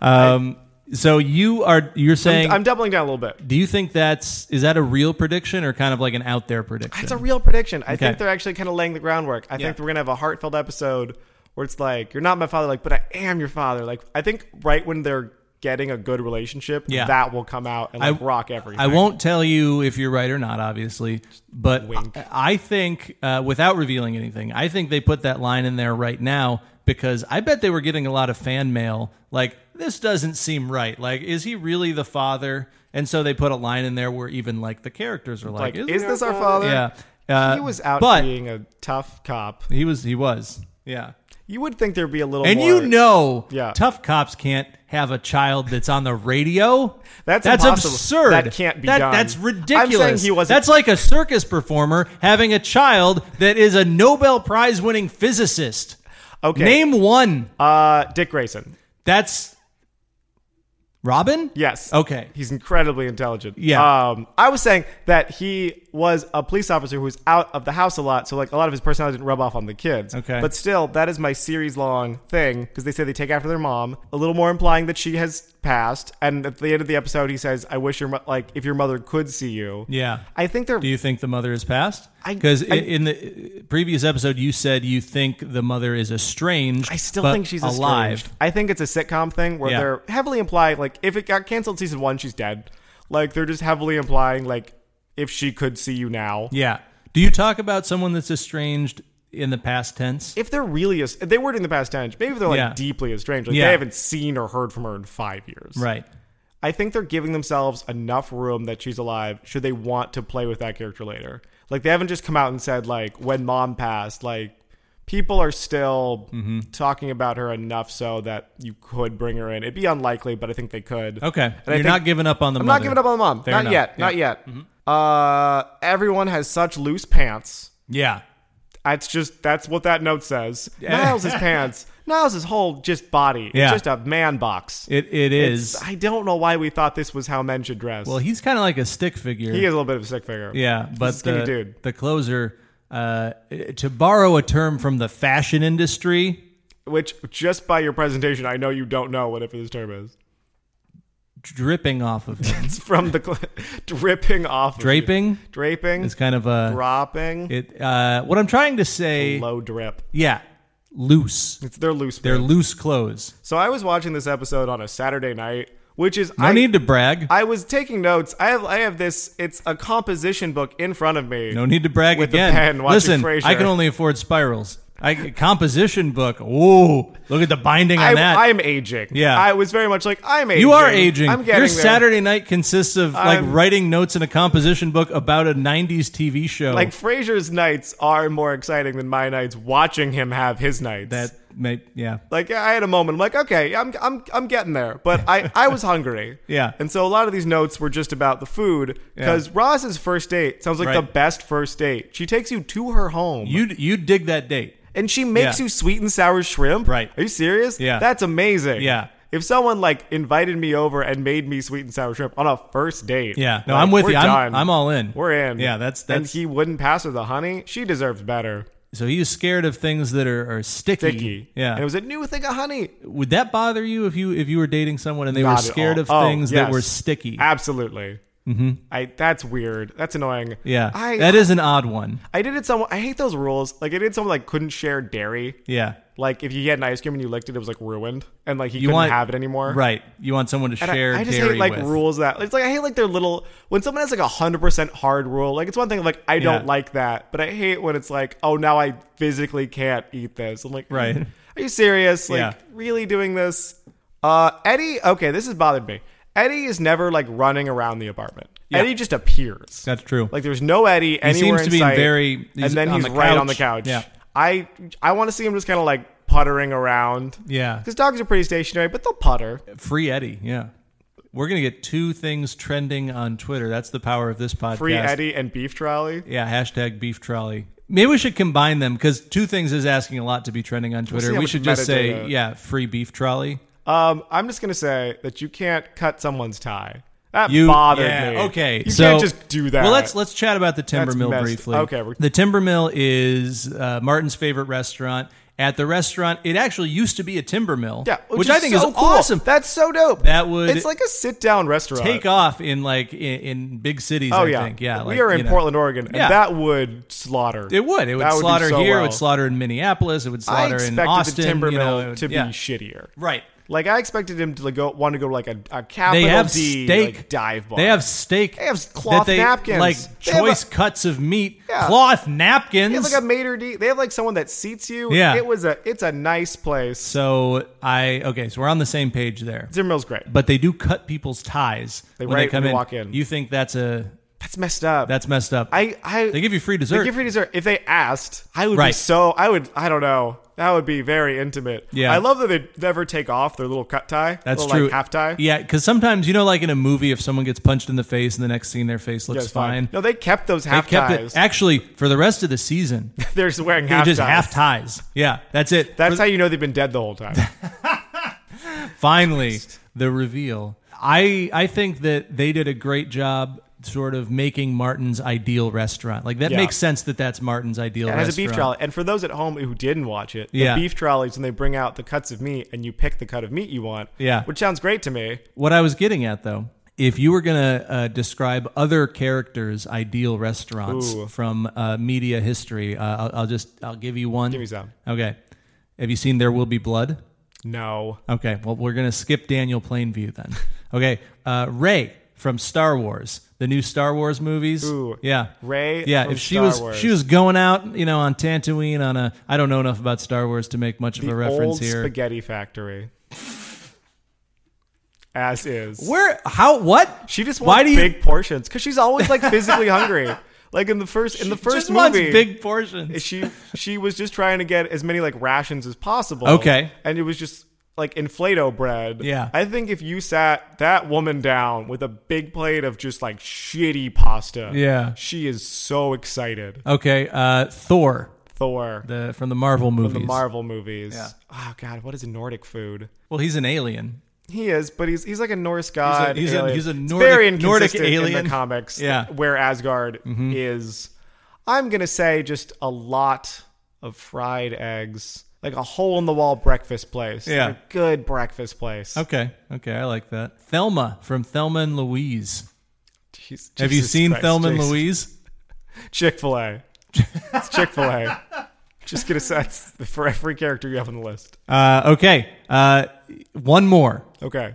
Speaker 1: Um, so you are you're saying
Speaker 2: I'm doubling down a little bit.
Speaker 1: do you think that's is that a real prediction or kind of like an out there prediction?
Speaker 2: It's a real prediction. I
Speaker 1: Okay.
Speaker 2: think they're actually kind of laying the groundwork. I think
Speaker 1: Yeah.
Speaker 2: we're gonna have a heartfelt episode where it's like, "You're not my father," like, "But I am your father." Like, I think right when they're getting a good relationship,
Speaker 1: Yeah.
Speaker 2: that will come out and like, rock everything.
Speaker 1: I won't tell you if you're right or not, obviously, but
Speaker 2: Wink.
Speaker 1: I, I think uh, without revealing anything, I think they put that line in there right now because I bet they were getting a lot of fan mail like this doesn't seem right. Like, is he really the father? And so they put a line in there where even like the characters are like,
Speaker 2: like,
Speaker 1: "Isn't
Speaker 2: is
Speaker 1: he
Speaker 2: this our father?
Speaker 1: Yeah, uh,
Speaker 2: He was out
Speaker 1: but
Speaker 2: being a tough cop.
Speaker 1: he was he was yeah.
Speaker 2: You would think there'd be a little.
Speaker 1: And
Speaker 2: more,
Speaker 1: you know,
Speaker 2: Yeah.
Speaker 1: tough cops can't have a child that's on the radio.
Speaker 2: That's
Speaker 1: that's
Speaker 2: impossible.
Speaker 1: absurd.
Speaker 2: That can't be done.
Speaker 1: That's
Speaker 2: I'm saying
Speaker 1: ridiculous.
Speaker 2: he wasn't-
Speaker 1: That's like a circus performer having a child that is a Nobel Prize winning physicist.
Speaker 2: Okay.
Speaker 1: Name one.
Speaker 2: Uh, Dick Grayson.
Speaker 1: That's Robin.
Speaker 2: Yes.
Speaker 1: Okay.
Speaker 2: He's incredibly intelligent.
Speaker 1: Yeah.
Speaker 2: Um, I was saying that he was a police officer who was out of the house a lot, so like a lot of his personality didn't rub off on the kids.
Speaker 1: Okay.
Speaker 2: But still, that is my series long thing because they say they take after their mom, a little more implying that she has passed. And at the end of the episode, he says, "I wish your mo- like if your mother could see you."
Speaker 1: Yeah.
Speaker 2: I think they're.
Speaker 1: Do you think the mother is passed?
Speaker 2: I-
Speaker 1: Because
Speaker 2: I-
Speaker 1: in the previous episode, you said you think the mother is estranged.
Speaker 2: I still
Speaker 1: but
Speaker 2: think she's
Speaker 1: alive.
Speaker 2: estranged. I think it's a sitcom thing where
Speaker 1: Yeah.
Speaker 2: they're heavily implying like if it got canceled season one, she's dead. Like they're just heavily implying like if she could see you now.
Speaker 1: Yeah. Do you talk about someone that's estranged in the past tense?
Speaker 2: If they're really as if they were in the past tense, maybe they're like
Speaker 1: Yeah.
Speaker 2: deeply estranged. Like
Speaker 1: Yeah.
Speaker 2: they haven't seen or heard from her in five years.
Speaker 1: Right.
Speaker 2: I think they're giving themselves enough room that she's alive should they want to play with that character later. Like they haven't just come out and said like when mom passed, like people are still
Speaker 1: Mm-hmm.
Speaker 2: talking about her enough so that you could bring her in. It'd be unlikely, but I think they could.
Speaker 1: Okay.
Speaker 2: I
Speaker 1: You're
Speaker 2: think-
Speaker 1: not giving up on the
Speaker 2: I'm
Speaker 1: mother.
Speaker 2: not giving up on the mom.
Speaker 1: Fair
Speaker 2: not
Speaker 1: enough.
Speaker 2: yet.
Speaker 1: Yeah. Mm-hmm.
Speaker 2: Not yet. Uh everyone has such loose pants.
Speaker 1: Yeah.
Speaker 2: That's just that's what that note says. Niles' pants. Niles' whole just body.
Speaker 1: Yeah.
Speaker 2: It's just a man box.
Speaker 1: It it is.
Speaker 2: I don't know why we thought this was how men should dress.
Speaker 1: well, he's kind of like a stick figure.
Speaker 2: He is a little bit of a sick figure.
Speaker 1: Yeah, but
Speaker 2: skinny
Speaker 1: the
Speaker 2: dude.
Speaker 1: the closer uh, to borrow a term from the fashion industry,
Speaker 2: Which, just by your presentation, I know you don't know whatever this term is.
Speaker 1: dripping off of him.
Speaker 2: It's from the cl- dripping off. of you.
Speaker 1: draping
Speaker 2: Draping.
Speaker 1: is kind of a
Speaker 2: dropping.
Speaker 1: it uh, what I'm trying to say,
Speaker 2: low drip.
Speaker 1: yeah, loose.
Speaker 2: It's, they're loose.
Speaker 1: They're
Speaker 2: pants.
Speaker 1: loose clothes.
Speaker 2: so I was watching this episode on a Saturday night which is
Speaker 1: No
Speaker 2: I
Speaker 1: need to brag.
Speaker 2: I was taking notes. I have I have this. It's a composition book in front of me.
Speaker 1: No need to brag
Speaker 2: With the
Speaker 1: again.
Speaker 2: pen, watching
Speaker 1: Listen,
Speaker 2: Frasier.
Speaker 1: I can only afford spirals. I composition book. Ooh, look at the binding on that.
Speaker 2: I, am aging.
Speaker 1: Yeah.
Speaker 2: I was very much like I'm aging.
Speaker 1: you are aging.
Speaker 2: I'm getting
Speaker 1: Your
Speaker 2: there.
Speaker 1: Saturday night consists of like
Speaker 2: I'm-
Speaker 1: writing notes in a composition book about a '90s TV show.
Speaker 2: Like Frasier's nights are more exciting than my nights. Watching him have his nights.
Speaker 1: that, may, yeah.
Speaker 2: like I had a moment. I'm like, okay, I'm I'm I'm getting there, but I I was hungry.
Speaker 1: Yeah.
Speaker 2: And so a lot of these notes were just about the food because Roz's first date sounds like
Speaker 1: Right.
Speaker 2: the best first date. She takes you to her home
Speaker 1: You you dig that date?
Speaker 2: and she makes
Speaker 1: Yeah.
Speaker 2: you sweet and sour shrimp.
Speaker 1: Right.
Speaker 2: Are you serious?
Speaker 1: Yeah.
Speaker 2: That's amazing.
Speaker 1: Yeah.
Speaker 2: If someone like invited me over and made me sweet and sour shrimp on a first date,
Speaker 1: Yeah. No,
Speaker 2: like,
Speaker 1: I'm with
Speaker 2: we're
Speaker 1: you. I'm,
Speaker 2: done.
Speaker 1: I'm all in.
Speaker 2: We're in.
Speaker 1: Yeah, that's
Speaker 2: and
Speaker 1: that's.
Speaker 2: he wouldn't pass her the honey. She deserves better.
Speaker 1: so he's scared of things that are, are sticky.
Speaker 2: Sticky.
Speaker 1: Yeah.
Speaker 2: And it was a new thing of honey.
Speaker 1: Would that bother you if you if you were dating someone and they were
Speaker 2: Not at
Speaker 1: scared
Speaker 2: all.
Speaker 1: of
Speaker 2: Oh,
Speaker 1: things that
Speaker 2: yes.
Speaker 1: were sticky?
Speaker 2: Absolutely. Mm-hmm. I that's weird. That's annoying.
Speaker 1: yeah.
Speaker 2: I
Speaker 1: that is an odd one.
Speaker 2: I did it someone I hate those rules. Like I did someone like couldn't share dairy.
Speaker 1: Yeah.
Speaker 2: Like if you had an ice cream and you licked it, it was like ruined, and like he
Speaker 1: You
Speaker 2: couldn't
Speaker 1: want-
Speaker 2: have it anymore.
Speaker 1: Right. You want someone to
Speaker 2: And I-
Speaker 1: share
Speaker 2: I, just
Speaker 1: dairy
Speaker 2: hate like
Speaker 1: with.
Speaker 2: rules that it's like I hate like their little when someone has like a hundred percent hard rule. Like it's one thing like I don't
Speaker 1: Yeah.
Speaker 2: like that, but I hate when it's like oh now I physically can't eat this. I'm like "Mm,
Speaker 1: Right.
Speaker 2: Are you serious? Like
Speaker 1: Yeah.
Speaker 2: really doing this? Uh, Eddie. Okay, this has bothered me. Eddie is never like running around the apartment. Eddie just appears.
Speaker 1: That's true.
Speaker 2: Like there's no Eddie anywhere
Speaker 1: seems to
Speaker 2: in
Speaker 1: be
Speaker 2: sight,
Speaker 1: very- he's
Speaker 2: and then
Speaker 1: on
Speaker 2: he's
Speaker 1: the
Speaker 2: right on the
Speaker 1: couch.
Speaker 2: couch.
Speaker 1: Yeah.
Speaker 2: I I want to see him just kind of like puttering around.
Speaker 1: yeah.
Speaker 2: Because dogs are pretty stationary, but they'll putter.
Speaker 1: Free Eddie. Yeah. We're gonna get two things trending on Twitter. That's the power of this podcast.
Speaker 2: Free Eddie and beef trolley.
Speaker 1: Yeah. Hashtag beef trolley. Maybe we should combine them because two things is asking a lot to be trending on Twitter.
Speaker 2: see how
Speaker 1: we
Speaker 2: much
Speaker 1: should just say,
Speaker 2: metadata-
Speaker 1: yeah, free beef trolley.
Speaker 2: Um, I'm just gonna say that you can't cut someone's tie. That
Speaker 1: You
Speaker 2: bothered
Speaker 1: yeah,
Speaker 2: me.
Speaker 1: Okay,
Speaker 2: you
Speaker 1: so,
Speaker 2: can't just do that.
Speaker 1: Well, let's let's chat about the Timber
Speaker 2: That's
Speaker 1: Mill
Speaker 2: messed-
Speaker 1: briefly.
Speaker 2: okay, we're-
Speaker 1: the Timber Mill is uh, Martin's favorite restaurant. At the restaurant, it actually used to be a timber mill,
Speaker 2: yeah,
Speaker 1: which, I think
Speaker 2: so
Speaker 1: is
Speaker 2: cool.
Speaker 1: awesome.
Speaker 2: That's so dope.
Speaker 1: That would
Speaker 2: it's like a sit down restaurant.
Speaker 1: take off in like in, in big cities.
Speaker 2: oh
Speaker 1: I
Speaker 2: yeah,
Speaker 1: think. yeah.
Speaker 2: We
Speaker 1: like,
Speaker 2: are in
Speaker 1: you know.
Speaker 2: Portland, Oregon, and
Speaker 1: Yeah.
Speaker 2: that would slaughter.
Speaker 1: It would. It would
Speaker 2: That do
Speaker 1: slaughter
Speaker 2: so
Speaker 1: here. It
Speaker 2: well.
Speaker 1: would slaughter in Minneapolis. It would
Speaker 2: I
Speaker 1: slaughter
Speaker 2: expected
Speaker 1: in Austin.
Speaker 2: the Timber
Speaker 1: you know,
Speaker 2: Mill
Speaker 1: it would-
Speaker 2: to
Speaker 1: yeah.
Speaker 2: be shittier.
Speaker 1: right.
Speaker 2: Like I expected him to like, go want to go to like a, a
Speaker 1: They
Speaker 2: capital
Speaker 1: have
Speaker 2: D
Speaker 1: steak
Speaker 2: like, dive bar.
Speaker 1: They have steak.
Speaker 2: They have cloth
Speaker 1: that they,
Speaker 2: napkins.
Speaker 1: like
Speaker 2: They have
Speaker 1: choice cuts of meat.
Speaker 2: Yeah.
Speaker 1: Cloth napkins.
Speaker 2: They have like a maitre d. They have like someone that seats you.
Speaker 1: Yeah.
Speaker 2: it was a it's a nice place.
Speaker 1: So I okay, so we're on the same page there.
Speaker 2: Timber Mill's great.
Speaker 1: But they do cut people's ties
Speaker 2: They
Speaker 1: when they
Speaker 2: write
Speaker 1: come
Speaker 2: when
Speaker 1: in.
Speaker 2: you walk in.
Speaker 1: You think that's a
Speaker 2: That's messed up.
Speaker 1: that's messed up.
Speaker 2: I I
Speaker 1: they give you free
Speaker 2: they
Speaker 1: dessert.
Speaker 2: give free dessert. If they asked, I would be
Speaker 1: Right.
Speaker 2: so I would I don't know. That would be very intimate.
Speaker 1: Yeah.
Speaker 2: I love that they never take off their little cut tie.
Speaker 1: that's
Speaker 2: little,
Speaker 1: true.
Speaker 2: Like, half tie.
Speaker 1: Yeah, because sometimes you know, like in a movie, if someone gets punched in the face, and the next scene their face looks
Speaker 2: That's
Speaker 1: fine.
Speaker 2: No, they kept those
Speaker 1: They
Speaker 2: half
Speaker 1: kept
Speaker 2: ties.
Speaker 1: it actually for the rest of the season.
Speaker 2: They're just wearing
Speaker 1: They're
Speaker 2: half
Speaker 1: just
Speaker 2: ties.
Speaker 1: half ties. Yeah, that's it.
Speaker 2: That's how you know they've been dead the whole time.
Speaker 1: finally the reveal i i think that they did a great job sort of making martin's ideal restaurant like that
Speaker 2: Yeah.
Speaker 1: makes sense that that's martin's ideal
Speaker 2: And it
Speaker 1: restaurant
Speaker 2: has a beef trolley. And for those at home who didn't watch it, the
Speaker 1: Yeah.
Speaker 2: beef trolleys when they bring out the cuts of meat and you pick the cut of meat you want.
Speaker 1: Yeah.
Speaker 2: Which sounds great to me.
Speaker 1: what i was getting at though if you were going to uh, describe other characters' ideal restaurants
Speaker 2: Ooh.
Speaker 1: from uh, media history, uh, I'll, I'll just I'll give you one. Give
Speaker 2: me some.
Speaker 1: Okay. Have you seen There Will Be Blood?
Speaker 2: No.
Speaker 1: Okay, well, we're going to skip Daniel Plainview then. Okay, uh, Ray from Star Wars, the new Star Wars movies.
Speaker 2: Ooh.
Speaker 1: yeah,
Speaker 2: Ray
Speaker 1: Yeah,
Speaker 2: from
Speaker 1: if she
Speaker 2: Star
Speaker 1: was
Speaker 2: Wars.
Speaker 1: she was going out, you know, on Tatooine on a. I don't know enough about Star Wars to make much of a reference
Speaker 2: Old
Speaker 1: here.
Speaker 2: spaghetti factory. As is.
Speaker 1: Where? How? What?
Speaker 2: She just wants
Speaker 1: Why do you
Speaker 2: big portions because she's always like physically hungry. Like in the first in the first
Speaker 1: just wants
Speaker 2: movie,
Speaker 1: big portions?
Speaker 2: she she was just trying to get as many like rations as possible.
Speaker 1: Okay.
Speaker 2: and it was just like inflato bread.
Speaker 1: Yeah.
Speaker 2: I think if you sat that woman down with a big plate of just like shitty pasta,
Speaker 1: Yeah.
Speaker 2: she is so excited.
Speaker 1: Okay, uh, Thor
Speaker 2: Thor,
Speaker 1: the from the Marvel movies.
Speaker 2: the Marvel movies. Oh God, what is Nordic food?
Speaker 1: well, he's an alien.
Speaker 2: He is, but he's he's like a Norse god.
Speaker 1: he's a-
Speaker 2: alien.
Speaker 1: he's a
Speaker 2: It's
Speaker 1: Nordic-
Speaker 2: very
Speaker 1: Nordic
Speaker 2: inconsistent in
Speaker 1: alien.
Speaker 2: the comics.
Speaker 1: Yeah. Mm-hmm.
Speaker 2: where Asgard is, I'm gonna say just a lot of fried eggs, like a hole in the wall breakfast place.
Speaker 1: Yeah.
Speaker 2: Like a good breakfast place.
Speaker 1: Okay, okay, I like that. Thelma from Thelma and Louise.
Speaker 2: Jeez,
Speaker 1: Have you
Speaker 2: Jesus
Speaker 1: seen
Speaker 2: Christ,
Speaker 1: Thelma and
Speaker 2: Jesus.
Speaker 1: Louise?
Speaker 2: Chick Fil A. It's Chick Fil A. Just get a sense for every character you have on the list.
Speaker 1: Uh, okay, uh, one more.
Speaker 2: Okay,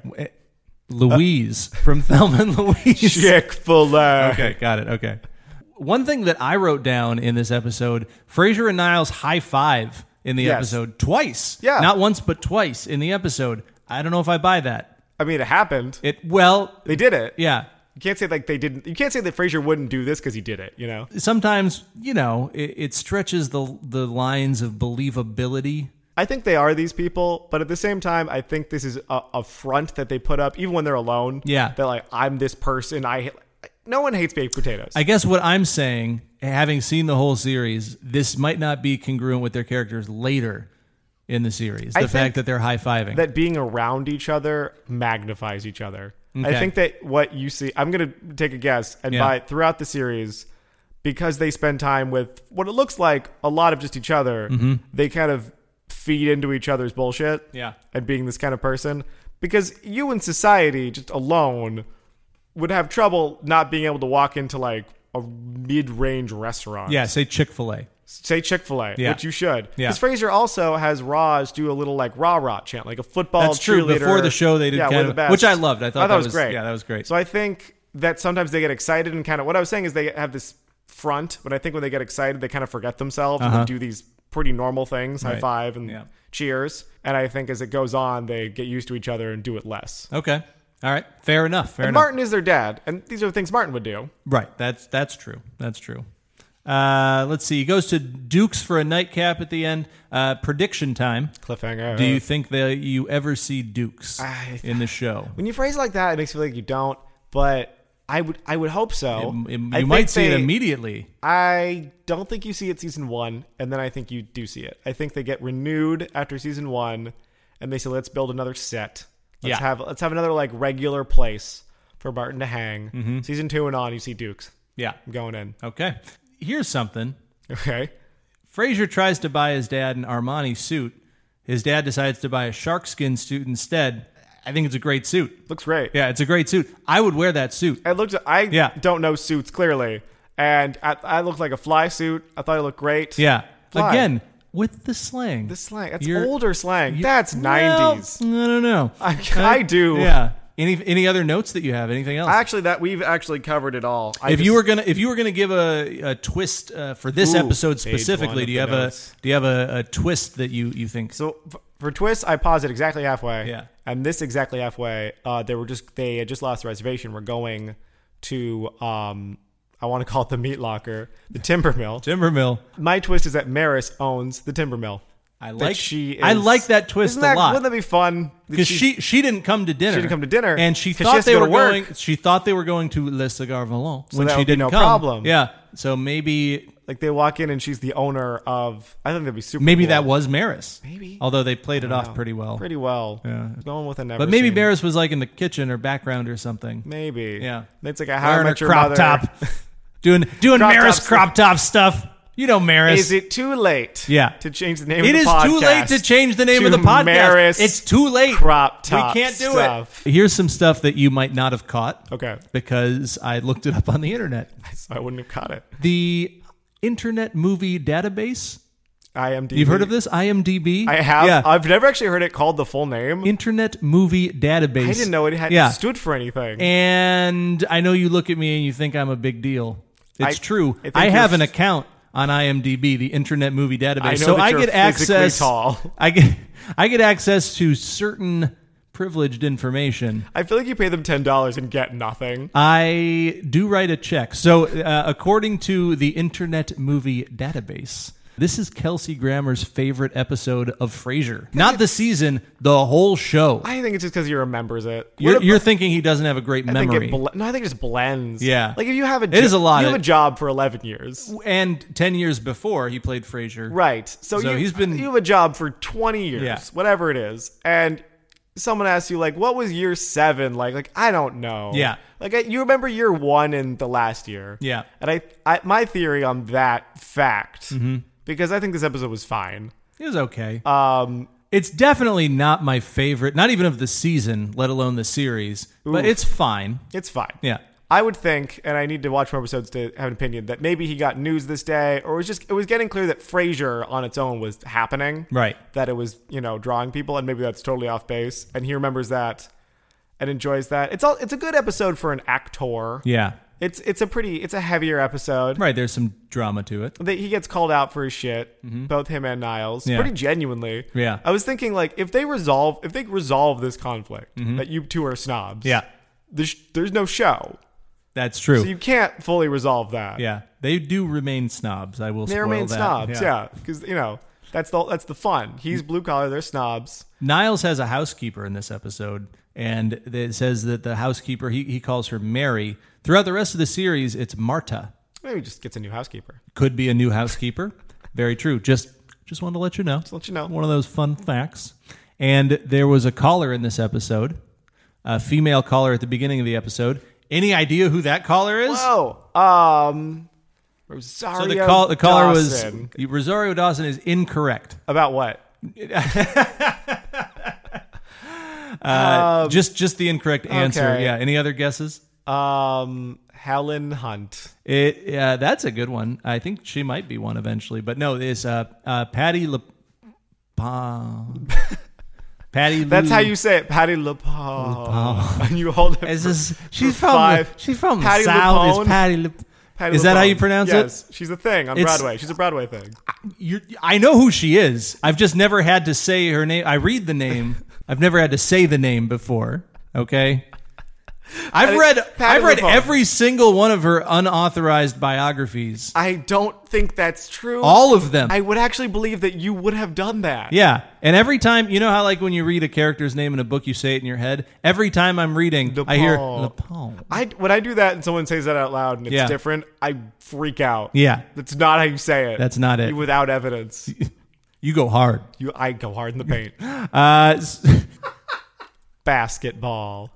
Speaker 1: Louise from Thelma and Louise.
Speaker 2: Chick Fil A.
Speaker 1: Okay, got it. Okay. One thing that I wrote down in this episode: Frasier and Niles high five in the
Speaker 2: Yes.
Speaker 1: episode twice.
Speaker 2: Yeah.
Speaker 1: not once but twice in the episode. I don't know if I buy that.
Speaker 2: I mean, it happened.
Speaker 1: It well,
Speaker 2: They did it.
Speaker 1: yeah.
Speaker 2: You can't say like they didn't. You can't say that Frasier wouldn't do this because he did it. You know.
Speaker 1: Sometimes you know it, it stretches the the lines of believability.
Speaker 2: I think they are these people, but at the same time, I think this is a, a front that they put up, even when they're alone.
Speaker 1: Yeah.
Speaker 2: they're like, "I'm this person." I ha- no one hates baked potatoes.
Speaker 1: I guess what I'm saying, having seen the whole series, this might not be congruent with their characters later in the series. The
Speaker 2: think
Speaker 1: fact that they're high fiving.
Speaker 2: that being around each other magnifies each other. I
Speaker 1: Okay.
Speaker 2: think that what you see, I'm going to take a guess, and
Speaker 1: Yeah.
Speaker 2: by throughout the series, because they spend time with what it looks like a lot of just each other, they kind of feed into each other's bullshit.
Speaker 1: Mm-hmm. Yeah.
Speaker 2: And being this kind of person. Because you in society, just alone, would have trouble not being able to walk into like a mid range restaurant
Speaker 1: yeah, say Chick Fil A.
Speaker 2: say Chick Fil A,
Speaker 1: Yeah.
Speaker 2: which you should. Because
Speaker 1: Yeah.
Speaker 2: Fraser also has Raj do a little like rah rah chant, like a football.
Speaker 1: That's true.
Speaker 2: cheerleader.
Speaker 1: Before the show, they did
Speaker 2: yeah,
Speaker 1: kind
Speaker 2: we're
Speaker 1: of-
Speaker 2: the best.
Speaker 1: which I loved. I thought that
Speaker 2: was,
Speaker 1: was-
Speaker 2: great.
Speaker 1: yeah, that was great.
Speaker 2: So I think that sometimes they get excited and kind of what I was saying is they have this front, but I think when they get excited, they kind of forget themselves and they do these pretty normal things, high
Speaker 1: Uh-huh. Right.
Speaker 2: five and
Speaker 1: Yeah.
Speaker 2: cheers. And I think as it goes on, they get used to each other and do it less.
Speaker 1: Okay. All right. Fair enough. Fair enough.
Speaker 2: Martin is their dad, and these are the things Martin would do.
Speaker 1: Right. That's that's true. That's true. Uh, let's see. He goes to Duke's for a nightcap at the end. Uh, prediction time.
Speaker 2: Cliffhanger.
Speaker 1: Do you think that you ever see Duke's
Speaker 2: Uh, I-
Speaker 1: in the show?
Speaker 2: When you phrase it like that, it makes me feel like you don't. But I would, I would hope so.
Speaker 1: M- it-
Speaker 2: I
Speaker 1: you
Speaker 2: think
Speaker 1: might see it
Speaker 2: they-
Speaker 1: immediately.
Speaker 2: I don't think you see it season one, and then I think you do see it. I think they get renewed after season one, and they say, "Let's build another set.
Speaker 1: Yeah.
Speaker 2: Let's have let's have another like regular place for Martin to hang."
Speaker 1: Mm-hmm.
Speaker 2: Season two and on, you see Dukes
Speaker 1: Yeah.
Speaker 2: I'm going in.
Speaker 1: Okay. Here's something.
Speaker 2: Okay,
Speaker 1: Frazier tries to buy his dad an Armani suit. His dad decides to buy a shark skin suit instead. I think it's a great suit.
Speaker 2: looks great.
Speaker 1: Yeah, it's a great suit. I would wear that suit.
Speaker 2: I looked. I
Speaker 1: Yeah.
Speaker 2: don't know suits clearly, and I, I looked like a fly suit. I thought it looked great.
Speaker 1: Yeah.
Speaker 2: Why?
Speaker 1: Again, with the slang.
Speaker 2: the slang. That's
Speaker 1: You're-
Speaker 2: older slang.
Speaker 1: you-
Speaker 2: That's
Speaker 1: Well,
Speaker 2: nineties.
Speaker 1: I don't know.
Speaker 2: I, I do.
Speaker 1: Yeah. Any any other notes that you have? Anything else?
Speaker 2: Actually, that we've actually covered it all. I
Speaker 1: if
Speaker 2: just-
Speaker 1: you were gonna if you were gonna give a, a twist uh, for this
Speaker 2: Ooh,
Speaker 1: episode
Speaker 2: page one
Speaker 1: specifically,
Speaker 2: of
Speaker 1: do you
Speaker 2: the
Speaker 1: have
Speaker 2: notes.
Speaker 1: a do you have a, a twist that you you think?
Speaker 2: So f- for twists, I paused it exactly halfway.
Speaker 1: Yeah.
Speaker 2: And this exactly halfway, uh, they were just they had just lost the reservation. We're going to um, I want to call it the meat locker, the timber mill.
Speaker 1: Timber mill.
Speaker 2: My twist is that Maris owns the timber mill.
Speaker 1: I
Speaker 2: That
Speaker 1: like
Speaker 2: she.
Speaker 1: I
Speaker 2: is-
Speaker 1: like that twist
Speaker 2: Isn't that,
Speaker 1: a lot.
Speaker 2: Wouldn't that be fun? That
Speaker 1: because
Speaker 2: she's-
Speaker 1: she she didn't come to dinner.
Speaker 2: didn't come to dinner,
Speaker 1: and she
Speaker 2: 'cause she
Speaker 1: thought
Speaker 2: has to
Speaker 1: they
Speaker 2: go
Speaker 1: were
Speaker 2: to work.
Speaker 1: going. She thought they were going to Le Cigar Volant when
Speaker 2: that
Speaker 1: she
Speaker 2: would be
Speaker 1: didn't
Speaker 2: no
Speaker 1: come.
Speaker 2: problem.
Speaker 1: Yeah, so maybe
Speaker 2: like they walk in and she's the owner of. I think that'd be super.
Speaker 1: maybe
Speaker 2: cool.
Speaker 1: that was Maris.
Speaker 2: Maybe.
Speaker 1: although they played it off pretty well.
Speaker 2: pretty well. Yeah. Going with a never.
Speaker 1: but maybe
Speaker 2: seen.
Speaker 1: Maris was like in the kitchen or background or something,
Speaker 2: Maybe.
Speaker 1: Yeah.
Speaker 2: It's like a how I
Speaker 1: wearing her
Speaker 2: met your
Speaker 1: crop
Speaker 2: mother.
Speaker 1: top, doing doing
Speaker 2: Crop
Speaker 1: Maris
Speaker 2: top
Speaker 1: crop top stuff. You know Maris.
Speaker 2: Is it too late?
Speaker 1: Yeah.
Speaker 2: To change the name
Speaker 1: it
Speaker 2: of
Speaker 1: is
Speaker 2: the podcast?
Speaker 1: too late to change the name
Speaker 2: to
Speaker 1: of the podcast.
Speaker 2: Maris
Speaker 1: it's too late.
Speaker 2: crop top
Speaker 1: We can't do
Speaker 2: stuff.
Speaker 1: it. Here's some stuff that you might not have caught
Speaker 2: Okay.
Speaker 1: because I looked it up on the internet.
Speaker 2: So I wouldn't have caught it.
Speaker 1: the Internet Movie Database.
Speaker 2: IMDb.
Speaker 1: You've heard of this? IMDb.
Speaker 2: I have. Uh,
Speaker 1: Yeah.
Speaker 2: I've never actually heard it called the full name.
Speaker 1: Internet Movie Database.
Speaker 2: I didn't know it had
Speaker 1: Yeah.
Speaker 2: stood for anything.
Speaker 1: and I know you look at me and you think I'm a big deal. It's
Speaker 2: I-
Speaker 1: true.
Speaker 2: I think
Speaker 1: I, have
Speaker 2: you're
Speaker 1: an
Speaker 2: f-
Speaker 1: account on IMDb, the Internet Movie Database.
Speaker 2: I know
Speaker 1: so
Speaker 2: that
Speaker 1: I
Speaker 2: you're
Speaker 1: get
Speaker 2: physically
Speaker 1: access.
Speaker 2: tall.
Speaker 1: I get I get access to certain privileged information.
Speaker 2: I feel like you pay them ten dollars and get nothing.
Speaker 1: I do write a check. So, uh, according to the Internet Movie Database, this is Kelsey Grammer's favorite episode of Frasier. Not the season, the whole show.
Speaker 2: I think it's just because he remembers it.
Speaker 1: You're,
Speaker 2: What if-
Speaker 1: you're thinking he doesn't have a great
Speaker 2: I think it
Speaker 1: memory.
Speaker 2: ble- no, I think it just blends.
Speaker 1: Yeah.
Speaker 2: Like if you have a,
Speaker 1: is a lot.
Speaker 2: You have a job for eleven years,
Speaker 1: and 10 years before, he played Frasier.
Speaker 2: right? So,
Speaker 1: So
Speaker 2: you,
Speaker 1: he's been-
Speaker 2: you have a job for twenty years,
Speaker 1: Yeah.
Speaker 2: whatever it is, and someone asks you like, "What was year seven like?" Like I don't know.
Speaker 1: Yeah.
Speaker 2: Like I, you remember year one in the last year.
Speaker 1: Yeah.
Speaker 2: And I, I my theory on that fact,
Speaker 1: Mm-hmm.
Speaker 2: because I think this episode was fine.
Speaker 1: It was okay.
Speaker 2: Um,
Speaker 1: it's definitely not my favorite, not even of the season, let alone the series, but it's fine.
Speaker 2: it's fine.
Speaker 1: Yeah.
Speaker 2: I would think, and I need to watch more episodes to have an opinion, that maybe he got news this day, or it was just it was getting clear that Frasier on its own was happening,
Speaker 1: Right.
Speaker 2: That it was you know drawing people, and maybe that's totally off base, and he remembers that, and enjoys that. It's all it's a good episode for an actor.
Speaker 1: Yeah.
Speaker 2: It's it's a pretty it's a heavier episode.
Speaker 1: Right. There's some drama to it.
Speaker 2: That he gets called out for his shit, both him and Niles,
Speaker 1: Mm-hmm. Yeah.
Speaker 2: pretty genuinely.
Speaker 1: Yeah.
Speaker 2: I was thinking like if they resolve if they resolve this conflict that you two are snobs.
Speaker 1: Mm-hmm. Yeah.
Speaker 2: There's there's no show.
Speaker 1: That's true.
Speaker 2: So you can't fully resolve that.
Speaker 1: yeah. They do remain snobs. I will
Speaker 2: They
Speaker 1: spoil
Speaker 2: remain
Speaker 1: that.
Speaker 2: snobs, yeah, because you know that's the that's the fun. He's blue collar, they're snobs.
Speaker 1: Niles has a housekeeper in this episode, and it says that the housekeeper, he, he calls her Mary. Throughout the rest of the series, it's Marta.
Speaker 2: Maybe he just gets a new housekeeper.
Speaker 1: Could be a new housekeeper. Very true. Just just wanted to let you know. Just
Speaker 2: let you know.
Speaker 1: One of those fun facts. And there was a caller in this episode, a female caller at the beginning of the episode. Any idea who that caller is?
Speaker 2: Oh, um, Rosario.
Speaker 1: So the, call, the caller
Speaker 2: Dawson.
Speaker 1: was Rosario Dawson is incorrect.
Speaker 2: about what?
Speaker 1: Uh, just just the incorrect answer.
Speaker 2: Um, okay.
Speaker 1: Yeah. Any other guesses?
Speaker 2: Um, Helen Hunt.
Speaker 1: It yeah, that's a good one. I think she might be one eventually, but no, it's uh, uh Patty Le Pa Patty.
Speaker 2: That's
Speaker 1: Lou-
Speaker 2: how you say it, Patty LuPone. And you hold it.
Speaker 1: It's
Speaker 2: for-
Speaker 1: just,
Speaker 2: for
Speaker 1: she's from the,
Speaker 2: five.
Speaker 1: she's from
Speaker 2: Patty
Speaker 1: the south.
Speaker 2: LuPone?
Speaker 1: It's Patty. Le,
Speaker 2: Patti
Speaker 1: is that how
Speaker 2: LuPone.
Speaker 1: you pronounce
Speaker 2: yes, She's a thing on
Speaker 1: It's-
Speaker 2: Broadway. She's a Broadway thing.
Speaker 1: it? You're, I know who she is. I've just never had to say her name. I read the name. I've never had to say the name before. Okay. I've read
Speaker 2: Patty
Speaker 1: I've read
Speaker 2: LuPone.
Speaker 1: every single one of her unauthorized biographies.
Speaker 2: I don't think that's true.
Speaker 1: All of them.
Speaker 2: I would actually believe that you would have done that.
Speaker 1: Yeah. And every time, you know how, like, when you read a character's name in a book, you say it in your head? Every time I'm reading, I hear
Speaker 2: Paul.
Speaker 1: LePone.
Speaker 2: I when I do that and someone says that out loud and it's
Speaker 1: Yeah.
Speaker 2: different, I freak out.
Speaker 1: Yeah.
Speaker 2: That's not how you say it.
Speaker 1: That's not it.
Speaker 2: Without evidence,
Speaker 1: You go hard.
Speaker 2: you I go hard in the paint.
Speaker 1: Uh, s-
Speaker 2: basketball.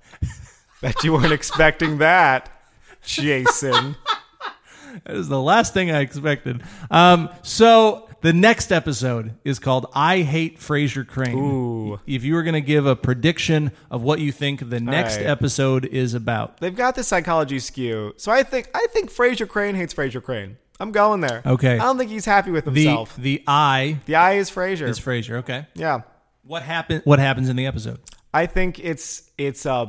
Speaker 2: Bet you weren't expecting that, Jason.
Speaker 1: that is the last thing I expected. Um, so the next episode is called I Hate Fraser Crane.
Speaker 2: Ooh.
Speaker 1: If you were going to give a prediction of what you think the next
Speaker 2: right.
Speaker 1: episode is about.
Speaker 2: They've got this psychology skew, so I think I think Fraser Crane hates Fraser Crane. I'm going there.
Speaker 1: Okay.
Speaker 2: I don't think he's happy with
Speaker 1: The,
Speaker 2: himself. The,
Speaker 1: the I
Speaker 2: eye is Fraser.
Speaker 1: is Fraser. Okay.
Speaker 2: yeah,
Speaker 1: What, happen- what happens in the episode?
Speaker 2: I think it's it's uh,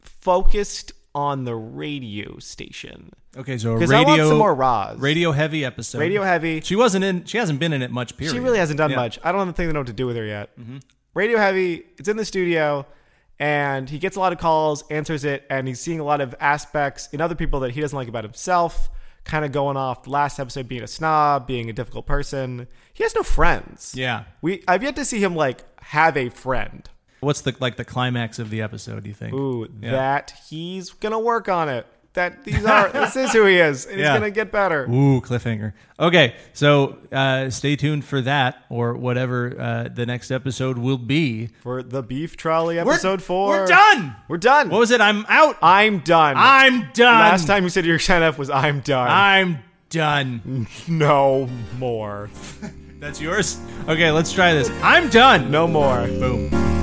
Speaker 2: focused on the radio station
Speaker 1: Okay, so a
Speaker 2: because
Speaker 1: radio,
Speaker 2: I want some more Roz.
Speaker 1: radio heavy episode.
Speaker 2: Radio heavy.
Speaker 1: She wasn't in. She hasn't been in it much. Mm-hmm. Period.
Speaker 2: She really hasn't done
Speaker 1: Yeah. Mm-hmm.
Speaker 2: much. I don't think they know what to do with her yet. Radio Heavy, it's in the studio, and he gets a lot of calls, answers it, and he's seeing a lot of aspects in other people that he doesn't like about himself. Kind of going off the last episode, being a snob, being a difficult person. He has no friends.
Speaker 1: Yeah.
Speaker 2: we I've yet to see him like have a friend.
Speaker 1: What's the like the climax of the episode? You think?
Speaker 2: Ooh,
Speaker 1: Yeah.
Speaker 2: that he's gonna work on it. That these are this is who he is, and
Speaker 1: Yeah.
Speaker 2: he's gonna get better.
Speaker 1: Ooh, cliffhanger. Okay, so uh, stay tuned for that or whatever uh, the next episode will be.
Speaker 2: For the beef trolley episode four,
Speaker 1: We're done.
Speaker 2: We're done.
Speaker 1: What was it? I'm out.
Speaker 2: I'm done.
Speaker 1: I'm done.
Speaker 2: Last time you said your sign up was I'm done.
Speaker 1: I'm done.
Speaker 2: no more.
Speaker 1: That's yours. Okay, let's try this. I'm done.
Speaker 2: No more.
Speaker 1: Boom.